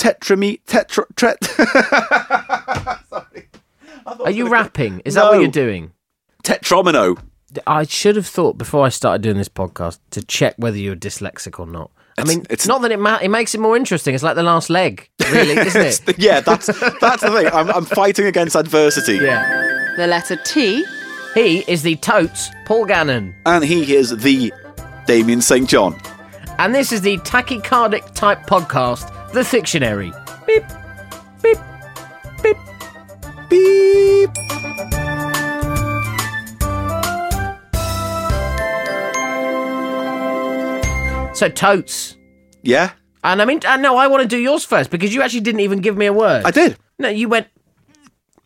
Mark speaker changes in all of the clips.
Speaker 1: tetrame tetra tret. Sorry. I thought
Speaker 2: Are you
Speaker 1: I was gonna-
Speaker 2: rapping? Is that what
Speaker 1: No.
Speaker 2: you're doing?
Speaker 1: Tetromino.
Speaker 2: I should have thought before I started doing this podcast to check whether you're dyslexic or not. I mean, it's
Speaker 1: it's-
Speaker 2: not that it ma- it makes it more interesting. It's like the last leg, really, isn't it?
Speaker 1: Yeah, that's that's the thing. I'm, I'm fighting against adversity,
Speaker 2: yeah.
Speaker 3: The letter T.
Speaker 2: He is the totes Paul Gannon,
Speaker 1: and he is the Damien St. John.
Speaker 2: and this is the tachycardic type podcast, the Fictionary. Beep, beep, beep.
Speaker 1: Beep.
Speaker 2: So totes,
Speaker 1: Yeah,
Speaker 2: and I mean, uh, no, I want to do yours first because you actually didn't even give me a word.
Speaker 1: I did.
Speaker 2: no, you went.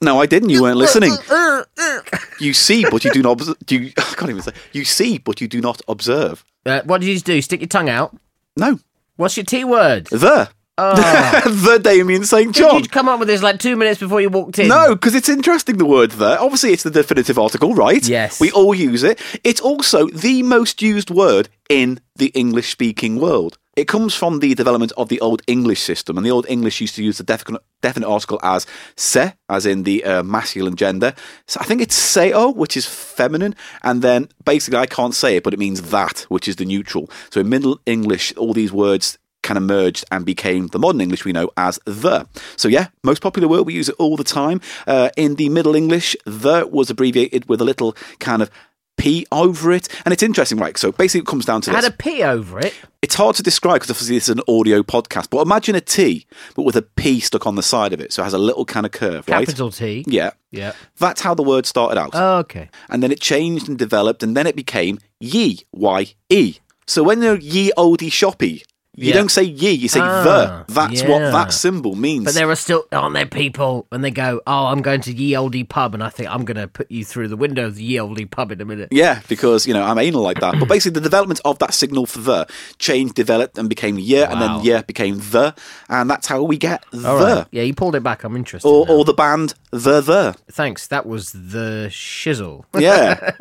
Speaker 1: No, I didn't. You weren't listening.
Speaker 2: "Uh, uh."
Speaker 1: You see, but you do not. obs- Do you, I can't even say. You see, but you do not observe.
Speaker 2: Uh, what did you do? Stick your tongue out.
Speaker 1: No,
Speaker 2: What's your T word?
Speaker 1: the
Speaker 2: Ah.
Speaker 1: the Damien St. John.
Speaker 2: Did you come up with this like two minutes before you walked in?
Speaker 1: No, because it's interesting the word there. Obviously, it's the definitive article, right?
Speaker 2: Yes.
Speaker 1: We all use it. It's also the most used word in the English speaking world. It comes from the development of the Old English system, and the Old English used to use the definite, definite article as se, as in the uh, masculine gender. So I think it's seo, which is feminine, and then basically I can't say it, but it means that, which is the neutral. So in Middle English, all these words kind of merged and became the modern English we know as the. So yeah, most popular word we use it all the time. Uh, in the Middle English, the was abbreviated with a little kind of p over it, and it's interesting, right? So basically, it comes down to
Speaker 2: I had
Speaker 1: this:
Speaker 2: a P over it.
Speaker 1: it's hard to describe because obviously it's an audio podcast, but imagine a T, but with a p stuck on the side of it, so it has a little kind of curve,
Speaker 2: Capital T.
Speaker 1: right? Yeah,
Speaker 2: Yeah. Oh,
Speaker 1: that's how the word started out
Speaker 2: Okay.
Speaker 1: and then it changed and developed, and then it became ye, Y E. So when you're ye oldie shoppy, you
Speaker 2: Yeah.
Speaker 1: don't say ye, you say
Speaker 2: Ah,
Speaker 1: the. That's what
Speaker 2: yeah.
Speaker 1: that symbol means.
Speaker 2: But there are still, aren't there people, and they go, oh, I'm going to Ye Olde Pub, and I think I'm going to put you through the window of the Ye Olde Pub in a minute.
Speaker 1: yeah, because you know I'm anal like that. But basically, the development of that signal for the changed, developed, and became ye, and
Speaker 2: Wow.
Speaker 1: then ye became the, and that's how we get the
Speaker 2: All right. Yeah, you pulled it back. I'm interested.
Speaker 1: or,
Speaker 2: now.
Speaker 1: or the band the the.
Speaker 2: Thanks. That was the shizzle.
Speaker 1: Yeah,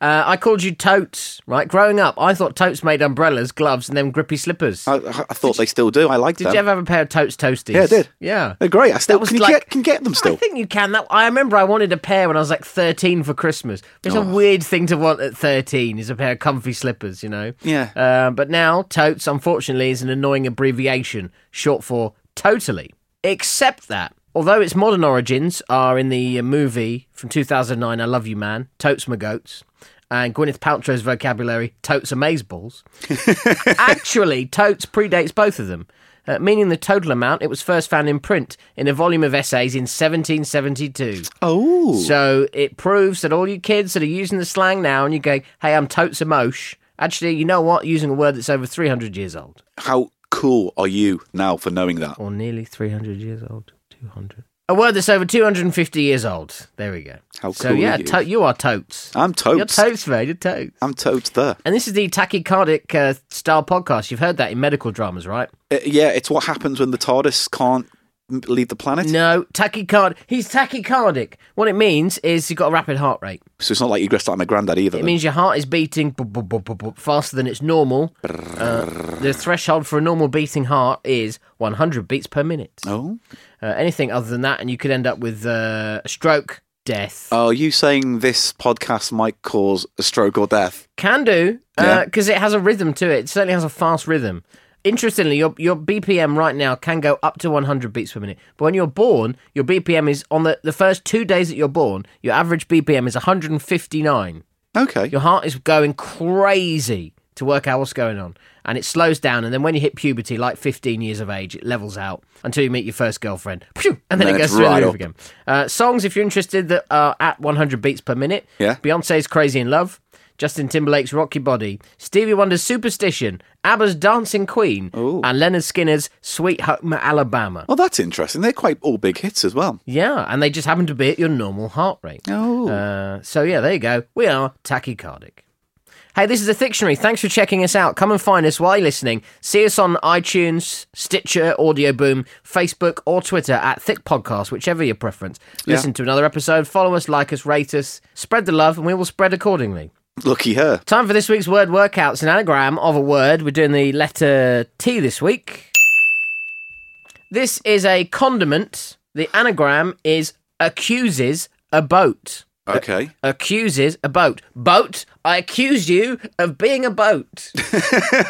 Speaker 2: Uh, I called you totes, right? Growing up, I thought totes made umbrellas, gloves, and then grippy slippers.
Speaker 1: I, I thought they still do. I like
Speaker 2: did
Speaker 1: them.
Speaker 2: you ever have a pair of totes toasties?
Speaker 1: Yeah, I did.
Speaker 2: Yeah.
Speaker 1: They're great. I still
Speaker 2: was
Speaker 1: can,
Speaker 2: like-
Speaker 1: you get, can get them still.
Speaker 2: I think you can. That I remember I wanted a pair when I was like 13 for Christmas. It's
Speaker 1: Oh.
Speaker 2: a weird thing to want at 13 is a pair of comfy slippers, you know.
Speaker 1: Yeah.
Speaker 2: Uh, but now totes unfortunately is an annoying abbreviation short for totally. Except that although its modern origins are in the uh, movie from 2009 I Love You Man, Totes My Goats. And Gwyneth Paltrow's vocabulary, totes amazeballs. Actually, totes predates both of them, uh, meaning the total amount. It was first found in print in a volume of essays in 1772.
Speaker 1: oh,
Speaker 2: So it proves that all you kids that are using the slang now and you go, hey, I'm totes a mosh, actually, you know what? Using a word that's over 300 years old,
Speaker 1: how cool are you now for knowing that?
Speaker 2: or nearly 300 years old, 200. A word that's over 250 years old. There we go.
Speaker 1: How
Speaker 2: so,
Speaker 1: cool are
Speaker 2: yeah,
Speaker 1: you?
Speaker 2: to- you are totes.
Speaker 1: I'm
Speaker 2: You're
Speaker 1: totes.
Speaker 2: totes, mate. You're totes.
Speaker 1: I'm totes the.
Speaker 2: And this is the tachycardic uh, style podcast. You've heard that in medical dramas, right?
Speaker 1: Uh, yeah, it's what happens when the TARDIS can't m- leave the planet.
Speaker 2: No, tachycard. He's tachycardic. What it means is you've got a rapid heart rate.
Speaker 1: So it's not like you dressed like my granddad either.
Speaker 2: It
Speaker 1: then.
Speaker 2: means your heart is beating bu- bu- bu- bu- bu- faster than it's normal. Uh, the threshold for a normal beating heart is 100 beats per minute.
Speaker 1: oh,
Speaker 2: Uh, anything other than that, and you could end up with uh, a stroke, death.
Speaker 1: are you saying this podcast might cause a stroke or death?
Speaker 2: Can do
Speaker 1: Yeah.
Speaker 2: because it has a rhythm to it. It certainly has a fast rhythm. Interestingly, your your BPM right now can go up to 100 beats per minute. But when you're born, your BPM is on the, the first two days that you're born, your average BPM is 159.
Speaker 1: Okay.
Speaker 2: Your heart is going crazy to work out what's going on. And it slows down. And then when you hit puberty, like 15 years of age, it levels out until you meet your first girlfriend. Phew! and then
Speaker 1: Then
Speaker 2: it
Speaker 1: it's
Speaker 2: goes through
Speaker 1: right
Speaker 2: the
Speaker 1: up.
Speaker 2: roof again. Uh, songs, if you're interested, that are at 100 beats per minute.
Speaker 1: Yeah.
Speaker 2: Beyonce's Crazy in Love. Justin Timberlake's Rocky Body, Stevie Wonder's Superstition, ABBA's Dancing Queen, and Leonard Skinner's Sweet Home Alabama.
Speaker 1: Well, that's interesting. They're quite all big hits as well.
Speaker 2: Yeah, and they just happen to be at your normal heart rate.
Speaker 1: Oh.
Speaker 2: Uh, so yeah, there you go. We are tachycardic. Hey, this is the Fictionary. Thanks for checking us out. Come and find us while you're listening. See us on iTunes, Stitcher, Audio Boom, Facebook, or Twitter at Thick Podcast, whichever your preference. Listen to another episode, follow us, like us, rate us, spread the love, and we will spread accordingly.
Speaker 1: Lucky her.
Speaker 2: Time for this week's word workout. It's an anagram of a word. We're doing the letter T this week. This is a condiment. The anagram is accuses a boat.
Speaker 1: Uh, Okay.
Speaker 2: Accuses a boat. Boat, I accuse you of being a boat.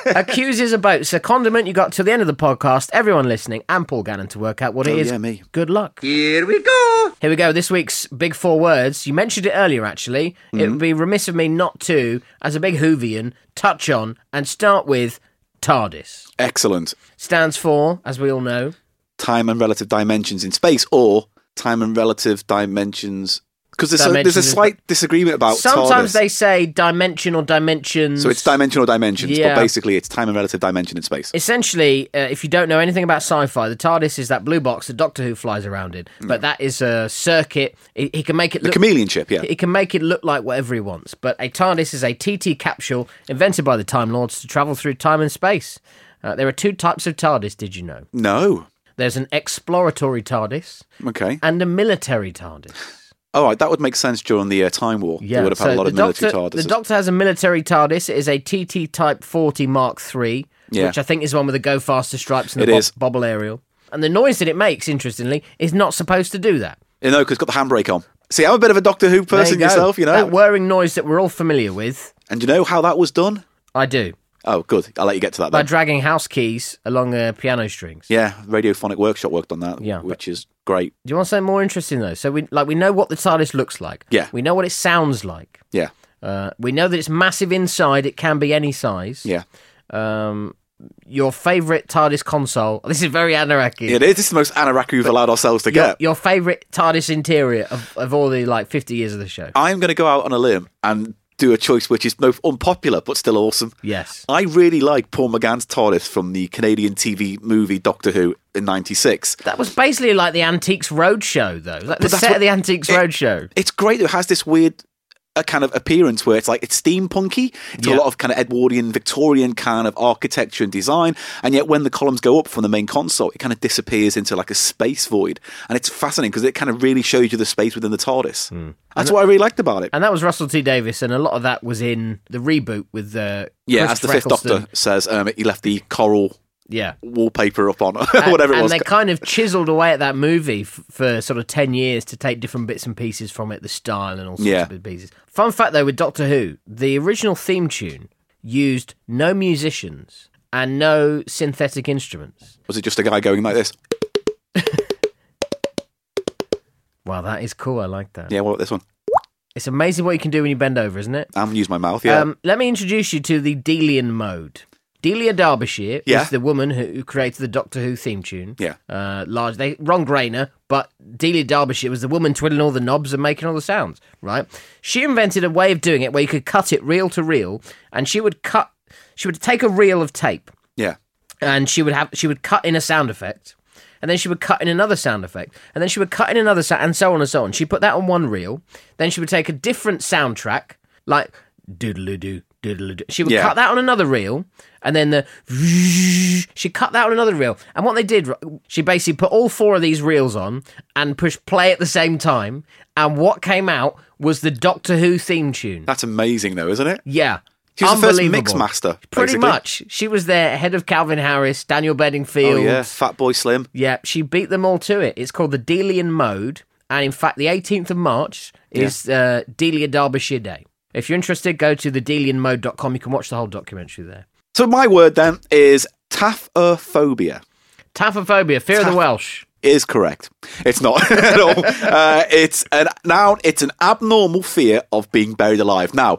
Speaker 2: accuses a boat. It's a condiment you got to the end of the podcast, everyone listening, and Paul Gannon to work out what it
Speaker 1: Oh,
Speaker 2: is.
Speaker 1: yeah, me.
Speaker 2: Good luck.
Speaker 3: Here we go.
Speaker 2: Here we go. This week's big four words. You mentioned it earlier, actually. It
Speaker 1: Mm-hmm.
Speaker 2: would be remiss of me not to, as a big Hoovian, touch on and start with TARDIS.
Speaker 1: Excellent.
Speaker 2: Stands for, as we all know,
Speaker 1: Time and relative dimensions in space, or time and relative dimensions. Because there's, a- there's a
Speaker 2: Dimensions in-
Speaker 1: slight disagreement about
Speaker 2: sometimes
Speaker 1: Oh, TARDIS.
Speaker 2: they say dimension or dimensions.
Speaker 1: So it's dimensional dimensions,
Speaker 2: Yeah.
Speaker 1: but basically it's time and relative dimension in space.
Speaker 2: Essentially, uh, if you don't know anything about sci-fi, the TARDIS is that blue box that Doctor Who flies around in. But that is a circuit. He he can make it
Speaker 1: The
Speaker 2: look
Speaker 1: chameleon ship, yeah.
Speaker 2: It can make it look like whatever he wants, but a TARDIS is a TT capsule invented by the Time Lords to travel through time and space. Uh, there are two types of TARDIS, did you know?
Speaker 1: No.
Speaker 2: There's an exploratory TARDIS
Speaker 1: Okay.
Speaker 2: and a military TARDIS.
Speaker 1: All right, that would make sense during the uh, Time War. Yeah, they would have had a lot of military
Speaker 2: doctor,
Speaker 1: TARDISes.
Speaker 2: The Doctor has a military TARDIS. It is a TT Type 40 Mark III,
Speaker 1: Yeah.
Speaker 2: which I think is the one with the go faster stripes and the
Speaker 1: It
Speaker 2: bob-
Speaker 1: is.
Speaker 2: bobble aerial. And the noise that it makes, interestingly, is not supposed to do that.
Speaker 1: you know, because it's got the handbrake on. See, I'm a bit of a Doctor Who
Speaker 2: There
Speaker 1: person
Speaker 2: go.
Speaker 1: yourself, you know.
Speaker 2: That whirring noise that we're all familiar with,
Speaker 1: and you know how that was done?
Speaker 2: I do.
Speaker 1: Oh, good. I'll let you get to that
Speaker 2: by
Speaker 1: then.
Speaker 2: dragging house keys along uh, piano strings.
Speaker 1: Yeah, Radiophonic Workshop worked on that,
Speaker 2: Yeah,
Speaker 1: which is great.
Speaker 2: Do you want something more interesting though? So we like we know what the TARDIS looks like.
Speaker 1: Yeah.
Speaker 2: We know what it sounds like.
Speaker 1: Yeah,
Speaker 2: Uh, we know that it's massive inside. It can be any size.
Speaker 1: yeah.
Speaker 2: Um, your favorite TARDIS console. This is very Anoraki.
Speaker 1: It is. This is the most Anoraki we've allowed ourselves to
Speaker 2: Your,
Speaker 1: get.
Speaker 2: your favorite TARDIS interior of, of all the like fifty years of the show.
Speaker 1: I'm going to go out on a limb and do a choice which is both unpopular but still awesome.
Speaker 2: yes.
Speaker 1: I really like Paul McGann's TARDIS from the Canadian TV movie Doctor Who in '96.
Speaker 2: That was basically like the Antiques Roadshow, though. Like the
Speaker 1: that's
Speaker 2: set
Speaker 1: what-
Speaker 2: of the Antiques
Speaker 1: it-
Speaker 2: Roadshow.
Speaker 1: It's great. It has this weird uh, kind of appearance where it's like it's steampunky. It's
Speaker 2: Yeah.
Speaker 1: a lot of kind of Edwardian, Victorian kind of architecture and design. And yet, when the columns go up from the main console, it kind of disappears into like a space void. And it's fascinating because it kind of really shows you the space within the TARDIS. That's what I really liked about it.
Speaker 2: Hmm. And that was Russell T Davis, and a lot of that was in the reboot with uh, the
Speaker 1: Yeah, as the Fifth Doctor says, um, he left the coral
Speaker 2: Yeah.
Speaker 1: wallpaper up on whatever
Speaker 2: Uh, and
Speaker 1: it was.
Speaker 2: they kind of chiseled away at that movie f- for sort of 10 years to take different bits and pieces from it, the style and all sorts
Speaker 1: Yeah.
Speaker 2: of bits and pieces. Fun fact though, with Doctor Who, the original theme tune used no musicians and no synthetic instruments.
Speaker 1: Was it just a guy going like this?
Speaker 2: Wow, that is cool. I like that.
Speaker 1: Yeah, what about this one?
Speaker 2: It's amazing what you can do when you bend over, isn't it?
Speaker 1: I'm use my mouth. Yeah,
Speaker 2: Um, let me introduce you to the Delian mode. Delia Derbyshire
Speaker 1: Yeah.
Speaker 2: is the woman who, who created the Doctor Who theme tune.
Speaker 1: Yeah.
Speaker 2: Uh, large, they, Ron Grainer, but Delia Derbyshire was the woman twiddling all the knobs and making all the sounds, right? She invented a way of doing it where you could cut it reel to reel, and she would cut, she would take a reel of tape,
Speaker 1: yeah.
Speaker 2: and she would have she would cut in a sound effect and then she would cut in another sound effect and then she would cut in another sound and so on and so on she put that on one reel then she would take a different soundtrack like doodle doo doodle doo she would
Speaker 1: Yeah.
Speaker 2: cut that on another reel and then the she cut that on another reel and what they did she basically put all four of these reels on and pushed play at the same time and what came out was the doctor who theme tune
Speaker 1: That's amazing, though, isn't it?
Speaker 2: yeah
Speaker 1: Uh, She was the first mix
Speaker 2: Unbelievable.
Speaker 1: master,
Speaker 2: Pretty
Speaker 1: basically.
Speaker 2: much. She was there ahead of Calvin Harris, Daniel Bedingfield.
Speaker 1: Oh yeah, Fat Boy Slim.
Speaker 2: Yeah, she beat them all to it. It's called the Delian Mode. And in fact, the 18th of March is uh, Delia Derbyshire Day. If you're interested, go to thedelianmode.com. You can watch the whole documentary there.
Speaker 1: So my word then is taphophobia.
Speaker 2: Taphophobia, fear of the Welsh.
Speaker 1: Is correct. It's not at all. Uh, it's an noun. It's an abnormal fear of being buried alive. Now,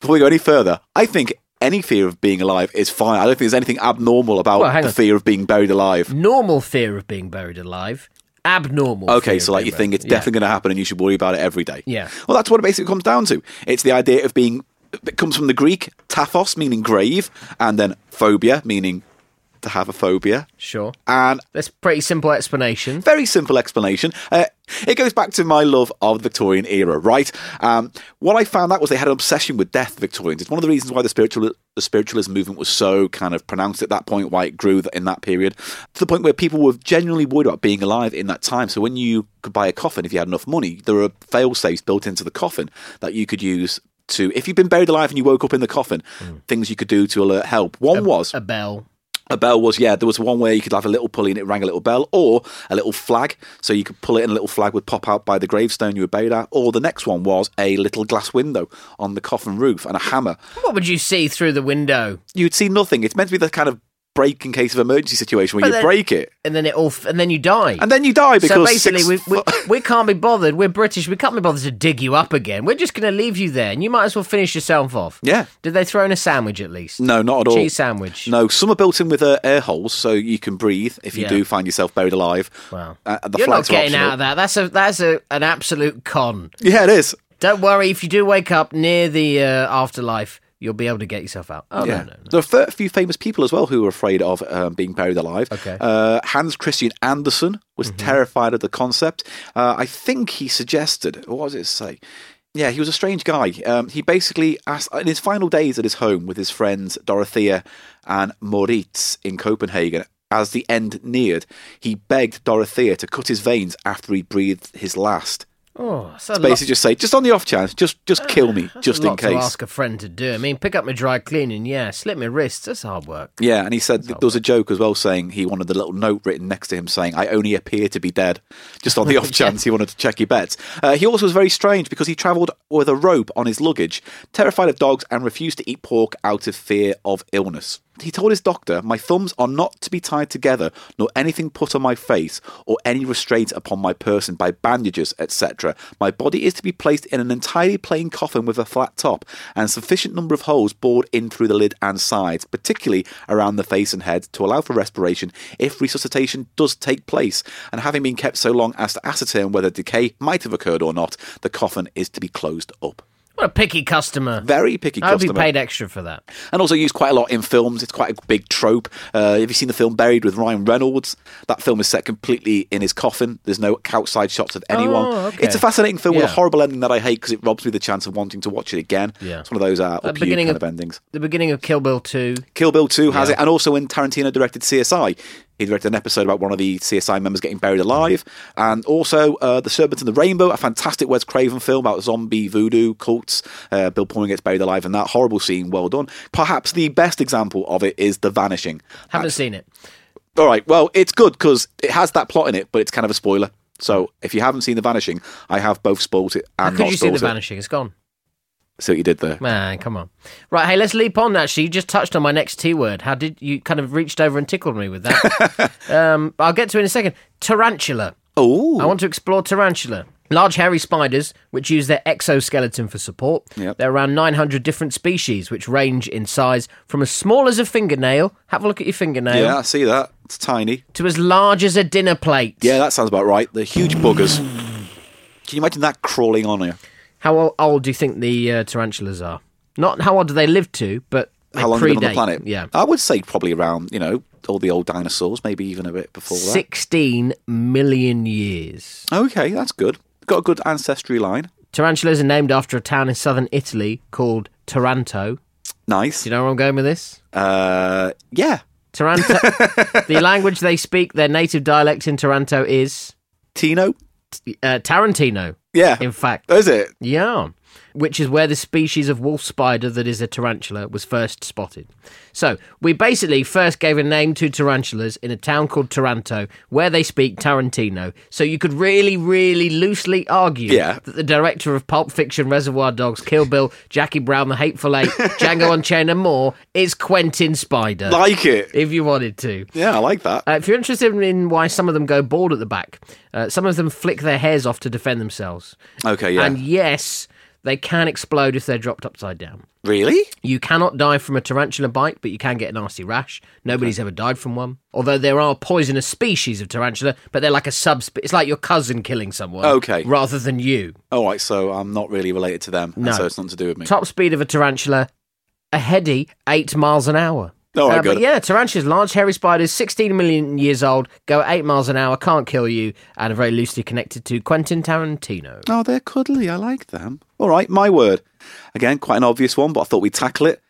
Speaker 1: before we go any further, I think any fear of being alive is fine. I don't think there's anything abnormal about
Speaker 2: Well, hang
Speaker 1: the
Speaker 2: on.
Speaker 1: fear of being buried alive.
Speaker 2: Normal fear of being buried alive. Abnormal.
Speaker 1: Okay,
Speaker 2: fear
Speaker 1: so
Speaker 2: of
Speaker 1: like
Speaker 2: being
Speaker 1: you think
Speaker 2: buried-
Speaker 1: it's definitely going to happen, and you should worry about it every day.
Speaker 2: Yeah.
Speaker 1: Well, that's what it basically comes down to. It's the idea of being. It comes from the Greek taphos, meaning grave, and then phobia, meaning to have a phobia.
Speaker 2: Sure.
Speaker 1: And
Speaker 2: That's a pretty simple explanation.
Speaker 1: Very simple explanation. Uh, it goes back to my love of the Victorian era, right? Um, what I found out was they had an obsession with death. Victorians. It's one of the reasons why the spiritual the spiritualism movement was so kind of pronounced at that point. Why it grew th- in that period to the point where people were genuinely worried about being alive in that time. So when you could buy a coffin, if you had enough money, there are fail safes built into the coffin that you could use. To, if you've been buried alive and you woke up in the coffin, things you could do to alert help. One was
Speaker 2: A bell.
Speaker 1: A bell was, yeah, there was one where you could have a little pulley and it rang a little bell, or a little flag. So you could pull it and a little flag would pop out by the gravestone you were buried at. Or the next one was a little glass window on the coffin roof and a hammer.
Speaker 2: What would you see through the window?
Speaker 1: You'd see nothing. It's meant to be the kind of break in case of emergency situation where
Speaker 2: But
Speaker 1: you
Speaker 2: then-
Speaker 1: break it
Speaker 2: And then it all, f- and then you die.
Speaker 1: and then you die because.
Speaker 2: so basically,
Speaker 1: six
Speaker 2: we, we,
Speaker 1: fo-
Speaker 2: we can't be bothered. We're British. We can't be bothered to dig you up again. We're just going to leave you there, and you might as well finish yourself off.
Speaker 1: Yeah.
Speaker 2: Did they throw in a sandwich at least?
Speaker 1: No, not at all.
Speaker 2: Cheese sandwich.
Speaker 1: No, some are built in with uh, air holes, so you can breathe if you
Speaker 2: Yeah.
Speaker 1: do find yourself buried alive.
Speaker 2: Wow.
Speaker 1: Uh, the
Speaker 2: You're not
Speaker 1: flags are
Speaker 2: getting
Speaker 1: optional.
Speaker 2: out of that. That's a that's a, an absolute con.
Speaker 1: Yeah, it is.
Speaker 2: Don't worry. If you do wake up near the uh, afterlife, you'll be able to get yourself out. Oh
Speaker 1: Yeah.
Speaker 2: no, no.
Speaker 1: There are fair- few famous people as well who were afraid of um, being buried alive.
Speaker 2: Okay. Mm-hmm.
Speaker 1: Uh, Hans Christian Andersen was terrified of the concept. Uh, I think he suggested, what does it say? Yeah, he was a strange guy. Um, he basically asked, in his final days at his home with his friends Dorothea and Moritz in Copenhagen, as the end neared, he begged Dorothea to cut his veins after he breathed his last.
Speaker 2: Oh, that's a lot-
Speaker 1: Basically, just say, just on the off chance, just just kill me,
Speaker 2: that's
Speaker 1: just
Speaker 2: a lot
Speaker 1: in case.
Speaker 2: To ask a friend to do. I mean, pick up my dry cleaning. Yeah, slip my wrists. That's hard work.
Speaker 1: Yeah, and he said there was a joke as well saying he wanted a little note written next to him saying, I only appear to be dead, just on the off chance he wanted to check your bets. Uh, he also was very strange because he travelled with a rope on his luggage, terrified of dogs, and refused to eat pork out of fear of illness. He told his doctor, My thumbs are not to be tied together, nor anything put on my face, or any restraint upon my person by bandages, etc. My body is to be placed in an entirely plain coffin with a flat top, and a sufficient number of holes bored in through the lid and sides, particularly around the face and head, to allow for respiration if resuscitation does take place. And having been kept so long as to ascertain whether decay might have occurred or not, the coffin is to be closed up.
Speaker 2: What a picky customer.
Speaker 1: Very picky
Speaker 2: I hope he
Speaker 1: customer
Speaker 2: paid extra for that.
Speaker 1: and also used quite a lot in films. It's quite a big trope. Uh, have you seen the film Buried with Ryan Reynolds? That film is set completely in his coffin. There's no outside shots of anyone.
Speaker 2: Oh, okay.
Speaker 1: It's a fascinating film with
Speaker 2: Yeah.
Speaker 1: a horrible ending that I hate because it robs me the chance of wanting to watch it again.
Speaker 2: Yeah.
Speaker 1: It's one of those uh, up you
Speaker 2: beginning
Speaker 1: kind
Speaker 2: of-
Speaker 1: of endings.
Speaker 2: The beginning of Kill Bill Two.
Speaker 1: Kill Bill 2 has it, and also when Tarantino directed CSI, he directed an episode about one of the CSI members getting buried alive, and also uh, The Serpent and the Rainbow, a fantastic Wes Craven film about zombie voodoo cults. Uh, Bill Pullman gets buried alive in that horrible scene. Well done. Perhaps the best example of it is The Vanishing.
Speaker 2: Haven't seen it.
Speaker 1: All right, well, it's good because it has that plot in it, but it's kind of a spoiler. So if you haven't seen The Vanishing, I have both spoiled it
Speaker 2: How
Speaker 1: and
Speaker 2: could
Speaker 1: not
Speaker 2: you see
Speaker 1: spoiled
Speaker 2: the
Speaker 1: it.
Speaker 2: vanishing? It's gone.
Speaker 1: See what you did there.
Speaker 2: Man, come on. Right, hey, let's leap on. Actually, you just touched on my next T word. How did you kind of reached over and tickled me with that? um, I'll get to it in a second. Tarantula.
Speaker 1: Oh,
Speaker 2: I want to explore tarantula. Large hairy spiders, which use their exoskeleton for support.
Speaker 1: Yep.
Speaker 2: There are around 900 different species, which range in size from as small as a fingernail. Have a look at your fingernail.
Speaker 1: yeah, I see that. It's tiny.
Speaker 2: To as large as a dinner plate.
Speaker 1: Yeah, that sounds about right. The huge buggers. Can you imagine that crawling on you?
Speaker 2: How o- old do you think the uh, tarantulas are? Not how old do they live to, but they
Speaker 1: How long have they
Speaker 2: predate.
Speaker 1: been on the planet?
Speaker 2: Yeah.
Speaker 1: I would say probably around, you know, all the old dinosaurs, maybe even a bit before
Speaker 2: 16 million years.
Speaker 1: that. Okay, that's good. Got a good ancestry line.
Speaker 2: Tarantulas are named after a town in southern Italy called Taranto.
Speaker 1: Nice.
Speaker 2: Do you know where I'm going with this?
Speaker 1: Uh, yeah.
Speaker 2: Taranto. the language they speak, their native dialect in Taranto is
Speaker 1: Tino?
Speaker 2: uh, Tarantino,
Speaker 1: Yeah.
Speaker 2: in fact.
Speaker 1: Is it?
Speaker 2: Yeah. Which is where the species of wolf spider that is a tarantula was first spotted. So, we basically first gave a name to tarantulas in a town called Taranto where they speak Tarantino. So, you could really, really loosely argue
Speaker 1: Yeah.
Speaker 2: that the director of Pulp Fiction, Reservoir Dogs, Kill Bill, Jackie Brown, The Hateful Eight, Django Unchained, and more is Quentin Spider.
Speaker 1: Like it.
Speaker 2: if you wanted to.
Speaker 1: Yeah, I like that.
Speaker 2: Uh, if you're interested in why some of them go bald at the back, uh, some of them flick their hairs off to defend themselves.
Speaker 1: Okay, yeah.
Speaker 2: And yes, they can explode if they're dropped upside down.
Speaker 1: really?
Speaker 2: You cannot die from a tarantula bite, but you can get a nasty rash. Nobody's ever died from one. Although there are poisonous species of tarantula, but they're like a subspe. It's like your cousin killing someone.
Speaker 1: Okay.
Speaker 2: Rather than you.
Speaker 1: All right, so I'm not really related to them, and
Speaker 2: No.
Speaker 1: so it's nothing to do with me.
Speaker 2: Top speed of a tarantula, a heady, eight miles an hour. Uh,
Speaker 1: All right,
Speaker 2: but
Speaker 1: good.
Speaker 2: yeah, tarantulas, large hairy spiders, 16 million years old, go at 8 miles an hour, can't kill you, and are very loosely connected to Quentin Tarantino.
Speaker 1: Oh, they're cuddly. I like them. All right, my word. Again, quite an obvious one, but I thought we'd tackle it.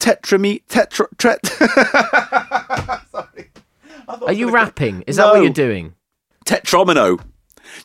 Speaker 1: Tetrame... Tetra... Tret... Sorry. I thought I
Speaker 2: Are
Speaker 1: was
Speaker 2: you
Speaker 1: gonna-
Speaker 2: rapping? Is that what
Speaker 1: Oh, No.
Speaker 2: you're doing?
Speaker 1: Tetromino.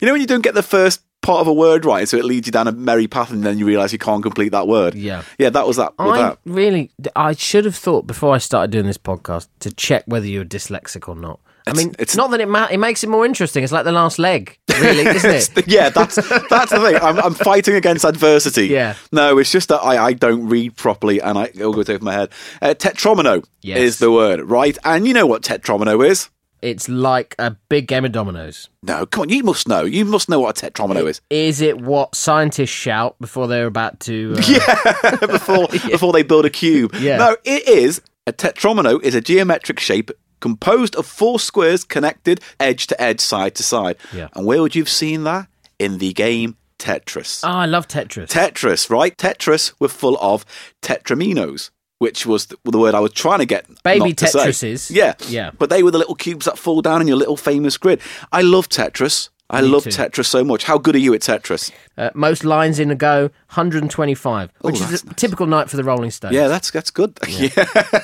Speaker 1: You know when you don't get the first part of a word right, so it leads you down a merry path, and then you realise you can't complete that word.
Speaker 2: Yeah.
Speaker 1: yeah, that was that. With
Speaker 2: I
Speaker 1: that.
Speaker 2: really, I should have thought before I started doing this podcast to check whether you're dyslexic or not. I mean, it's
Speaker 1: it's-
Speaker 2: not that it ma- it makes it more interesting. It's like the last leg, really, isn't it?
Speaker 1: yeah, that's that's the thing. I'm, I'm fighting against adversity.
Speaker 2: Yeah.
Speaker 1: No, it's just that I, I don't read properly and I, it'll go over my head. Uh, tetromino
Speaker 2: Yes.
Speaker 1: is the word, right? And you know what tetromino is?
Speaker 2: It's like a big game of dominoes.
Speaker 1: No, come on, you must know. You must know what a tetromino is
Speaker 2: Is it what scientists shout before they're about to? Uh,
Speaker 1: before before they build a cube.
Speaker 2: Yeah.
Speaker 1: No, it is a tetromino is a geometric shape composed of four squares connected edge to edge, side to side.
Speaker 2: Yeah.
Speaker 1: And where would you've seen that in the game Tetris?
Speaker 2: Oh, I love Tetris.
Speaker 1: Tetris, right? Tetris were full of tetraminos, which was the, the word I was trying to get.
Speaker 2: Baby
Speaker 1: not to say.
Speaker 2: Tetrises.
Speaker 1: Yeah.
Speaker 2: Yeah.
Speaker 1: But they were the little cubes that fall down in your little famous grid. I love Tetris. I love
Speaker 2: too.
Speaker 1: Tetris so much. How good are you at Tetris?
Speaker 2: Uh, most lines in a go, 125, which is
Speaker 1: that's
Speaker 2: a typical night for the Rolling Stones.
Speaker 1: Yeah, that's that's good. Yeah.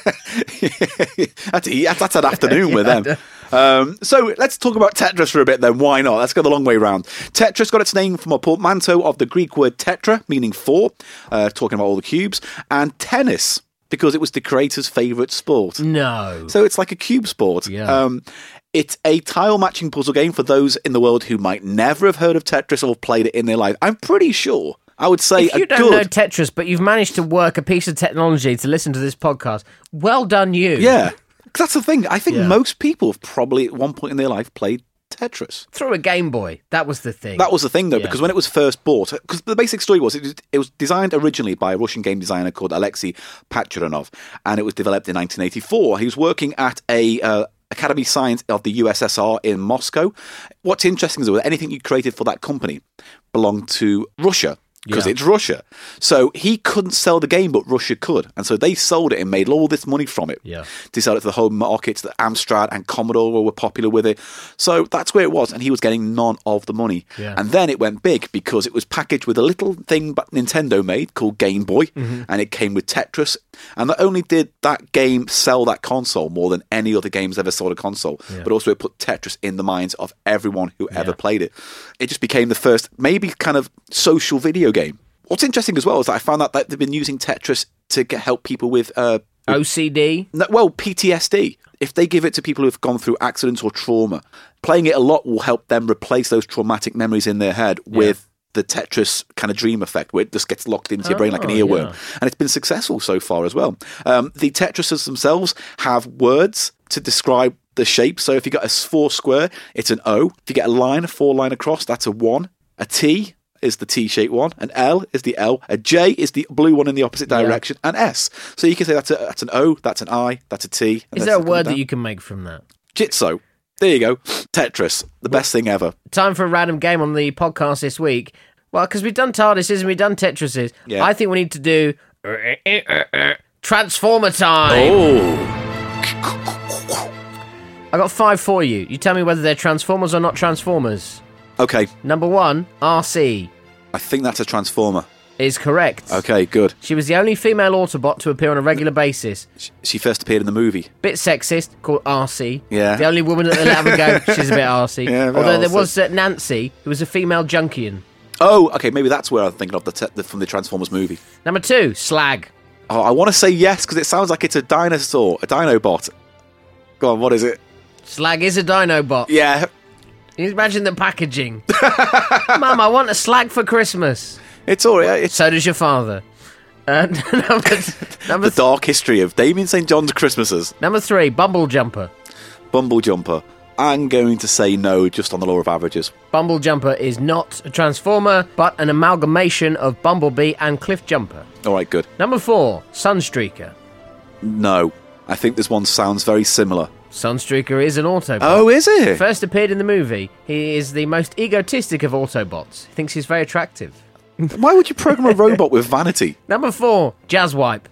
Speaker 1: that's, e, that's an afternoon with them. Um, so let's talk about Tetris for a bit then. Why not? Let's go the long way round. Tetris got its name from a portmanteau of the Greek word tetra, meaning four, uh, talking about all the cubes, and tennis, because it was the creator's favourite sport.
Speaker 2: No.
Speaker 1: So it's like a cube sport.
Speaker 2: Mm. Yeah.
Speaker 1: Um, it's a tile matching puzzle game for those in the world who might never have heard of Tetris or played it in their life. I'm pretty sure. I would say
Speaker 2: If you
Speaker 1: a
Speaker 2: don't
Speaker 1: uh, good
Speaker 2: know Tetris, but you've managed to work a piece of technology to listen to this podcast, well done you.
Speaker 1: Yeah. 'Cause That's the thing. I think
Speaker 2: Yeah.
Speaker 1: most people have probably at one point in their life played Tetris.
Speaker 2: Through a Game Boy. That was the thing.
Speaker 1: That was the thing, though, because when it was first bought, because the basic story was it, was it was designed originally by a Russian game designer called Alexei Pachurinov, and it was developed in 1984. He was working at a uh, Academy Science of the USSR in Moscow. What's interesting is that anything you created for that company belonged to Russia because
Speaker 2: Yeah.
Speaker 1: it's Russia. So he couldn't sell the game, but Russia could, and so they sold it and made all this money from it
Speaker 2: Yeah.
Speaker 1: to sell it to the home markets that Amstrad and Commodore were popular with it. So that's where it was, and he was getting none of the money.
Speaker 2: Yeah.
Speaker 1: And then it went big because it was packaged with a little thing that Nintendo made called Game Boy, and it came with Tetris. And not only did that game sell that console more than any other games ever sold a console, but also it put Tetris in the minds of everyone who ever played it. It just became the first, maybe kind of social video game. What's interesting as well is that I found out that they've been using Tetris to get, help people with uh,
Speaker 2: OCD.
Speaker 1: no, well, PTSD. If they give it to people who've gone through accidents or trauma, playing it a lot will help them replace those traumatic memories in their head with the Tetris kind of dream effect, where it just gets locked into your brain like an
Speaker 2: Oh,
Speaker 1: earworm.
Speaker 2: yeah.
Speaker 1: And it's been successful so far as well. Um, the Tetrises themselves have words to describe the shape. So if you got a four square, it's an O. If you get a line, a four line across, that's a one. A T is the T shaped one. An L is the L. A J is the blue one in the opposite direction, and S. So you can say that's, a, that's an O, that's an I, that's a T. and
Speaker 2: Is
Speaker 1: that's
Speaker 2: there a
Speaker 1: coming
Speaker 2: word
Speaker 1: down.
Speaker 2: that you can make from that?
Speaker 1: Jitso. There you go. Tetris, the best thing ever.
Speaker 2: Time for a random game on the podcast this week. Well, because we've done TARDISes and we've done Tetrises,
Speaker 1: Yeah.
Speaker 2: I think we need to do Transformer time.
Speaker 1: Oh,
Speaker 2: I got five for you. You tell me whether they're Transformers or not Transformers.
Speaker 1: okay.
Speaker 2: Number one, RC
Speaker 1: I think that's a transformer.
Speaker 2: is correct.
Speaker 1: Okay, good.
Speaker 2: She was the only female Autobot to appear on a regular basis.
Speaker 1: Sh- She first appeared in the movie.
Speaker 2: Bit sexist, called RC.
Speaker 1: Yeah.
Speaker 2: The only woman that they let have a go, she's a bit RC.
Speaker 1: Yeah, a bit
Speaker 2: Although there
Speaker 1: arsey.
Speaker 2: was uh, Nancy, who was a female Junkian.
Speaker 1: Oh, okay. Maybe that's where I'm thinking of the, te- the from the Transformers movie.
Speaker 2: Number two, Slag.
Speaker 1: Oh, I want to say yes because it sounds like it's a dinosaur, a Dinobot. Go on, what is it?
Speaker 2: Slag is a Dinobot.
Speaker 1: Yeah,
Speaker 2: Can you imagine the packaging? Mum, I want a slag for Christmas.
Speaker 1: it's all right. It's
Speaker 2: So does your father. Uh, number, number,
Speaker 1: the dark history of Damien St. John's Christmases.
Speaker 2: number three, Bumble Jumper.
Speaker 1: Bumble Jumper. I'm going to say no just on the law of averages.
Speaker 2: Bumble Jumper is not a transformer, but an amalgamation of Bumblebee and Cliff Jumper.
Speaker 1: All right, good.
Speaker 2: Number four, Sunstreaker.
Speaker 1: No. I think this one sounds very similar.
Speaker 2: Sunstreaker is an Autobot.
Speaker 1: Oh, is it?
Speaker 2: First appeared in the movie, he is the most egotistic of Autobots. He thinks he's very attractive.
Speaker 1: Why would you program a robot with vanity?
Speaker 2: Number four, Jazzwipe.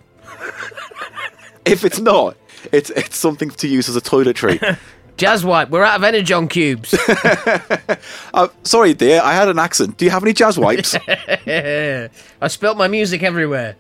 Speaker 1: If it's not, it's it's something to use as a toiletry.
Speaker 2: Jazzwipe, we're out of energon cubes.
Speaker 1: uh, sorry, dear, I had an accent. Do you have any jazz wipes?
Speaker 2: I spilt my music everywhere.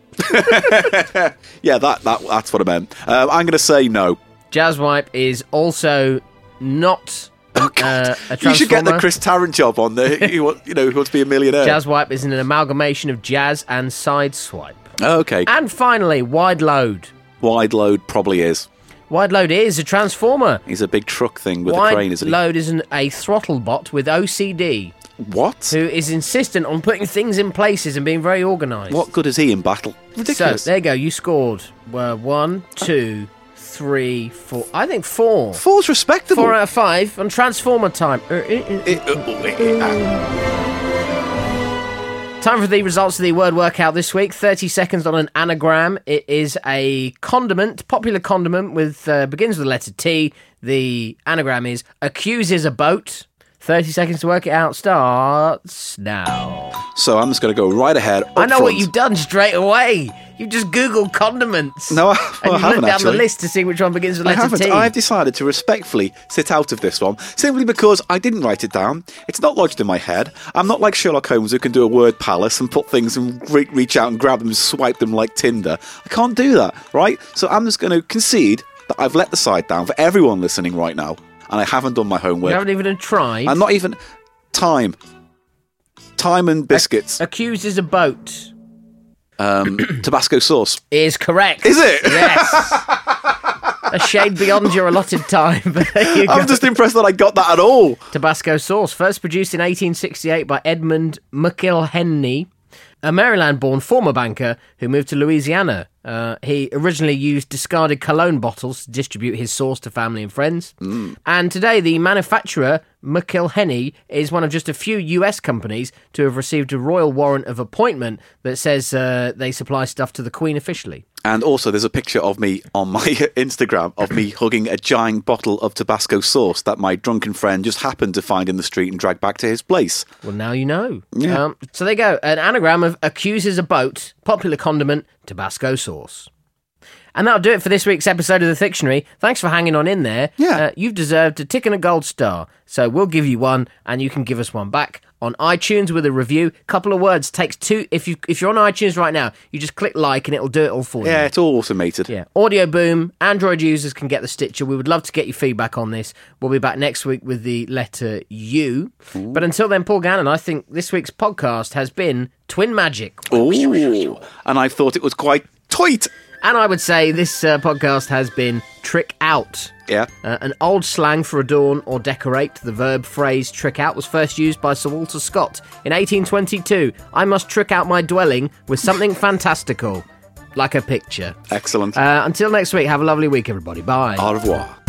Speaker 1: yeah, that, that that's what I meant. Um, I'm going to say no.
Speaker 2: Jazzwipe is also not
Speaker 1: Oh, God.
Speaker 2: Uh, a
Speaker 1: you should get the
Speaker 2: transformer.
Speaker 1: Chris Tarrant job on there. You, want, you know, who wants to be a millionaire?
Speaker 2: Jazz wipe is an amalgamation of jazz and sideswipe.
Speaker 1: Oh, okay.
Speaker 2: And finally, wide load.
Speaker 1: Wide load probably is.
Speaker 2: Wide load is a transformer.
Speaker 1: He's a big truck thing with a
Speaker 2: Wide
Speaker 1: crane, isn't he?
Speaker 2: load is an, a throttle bot with OCD
Speaker 1: what?
Speaker 2: who is insistent on putting things in places and being very organised.
Speaker 1: What good is he in battle?
Speaker 2: So
Speaker 1: Ridiculous.
Speaker 2: there you go. You scored. Well, one, two, three, four. I think four.
Speaker 1: Four's respectable.
Speaker 2: Four out of five on Transformer time. Uh, uh, uh.
Speaker 1: It- uh, oh, it- it- ah.
Speaker 2: Time for the results of the word workout this week. 30 seconds on an anagram. It is a condiment, popular condiment with uh, begins with the letter T. The anagram is accuses a boat. 30 seconds to work it out starts now.
Speaker 1: so I'm just going to go right ahead.
Speaker 2: I know what
Speaker 1: upfront.
Speaker 2: you've done straight away. You've just Googled condiments.
Speaker 1: No, I- well, I
Speaker 2: and
Speaker 1: haven't,
Speaker 2: you looked down
Speaker 1: actually.
Speaker 2: the list to see which one begins with the
Speaker 1: I
Speaker 2: letter
Speaker 1: haven't.
Speaker 2: T.
Speaker 1: I've decided to respectfully sit out of this one simply because I didn't write it down. It's not lodged in my head. I'm not like Sherlock Holmes who can do a word palace and put things and re- reach out and grab them and swipe them like Tinder. I can't do that, right? So I'm just going to concede that I've let the side down for everyone listening right now and I haven't done my
Speaker 2: You
Speaker 1: homework.
Speaker 2: haven't even tried.
Speaker 1: And not even time. Time and biscuits.
Speaker 2: Accuses a boat
Speaker 1: Um, Tabasco sauce.
Speaker 2: is correct.
Speaker 1: Is it?
Speaker 2: Yes. a shade beyond your allotted time. But there you go.
Speaker 1: I'm just impressed that I got that at all.
Speaker 2: Tabasco sauce, first produced in 1868 by Edmund McIlhenny, a Maryland born former banker who moved to Louisiana. Uh, he originally used discarded cologne bottles to distribute his sauce to family and friends. And today, the manufacturer, McIlhenny, is one of just a few US companies to have received a royal warrant of appointment that says uh, they supply stuff to the Queen officially.
Speaker 1: And also, there's a picture of me on my Instagram of me hugging a giant bottle of Tabasco sauce that my drunken friend just happened to find in the street and dragged back to his place.
Speaker 2: Well, now you know. Um, so there you go. An anagram of accuses a boat, popular condiment, Tabasco sauce. And that'll do it for this week's episode of The Thictionary. Thanks for hanging on in there.
Speaker 1: Yeah.
Speaker 2: Uh, you've deserved a tick and a gold star. So we'll give you one, and you can give us one back on iTunes with a review. Couple of words takes two. If you if you're on iTunes right now, you just click like, and it'll do it all for you.
Speaker 1: Yeah, it's all automated.
Speaker 2: Yeah. Audio Boom, Android users can get the Stitcher. We would love to get your feedback on this. We'll be back next week with the letter U. But until then, Paul Gannon, I think this week's podcast has been Twin Magic.
Speaker 1: Ooh. And I thought it was quite tight.
Speaker 2: And I would say this uh, podcast has been Trick Out.
Speaker 1: Yeah.
Speaker 2: Uh, an old slang for adorn or decorate, the verb phrase trick out was first used by Sir Walter Scott in 1822. I must trick out my dwelling with something fantastical, like a picture.
Speaker 1: Excellent.
Speaker 2: Uh, until next week, have a lovely week, everybody. Bye.
Speaker 1: Au revoir.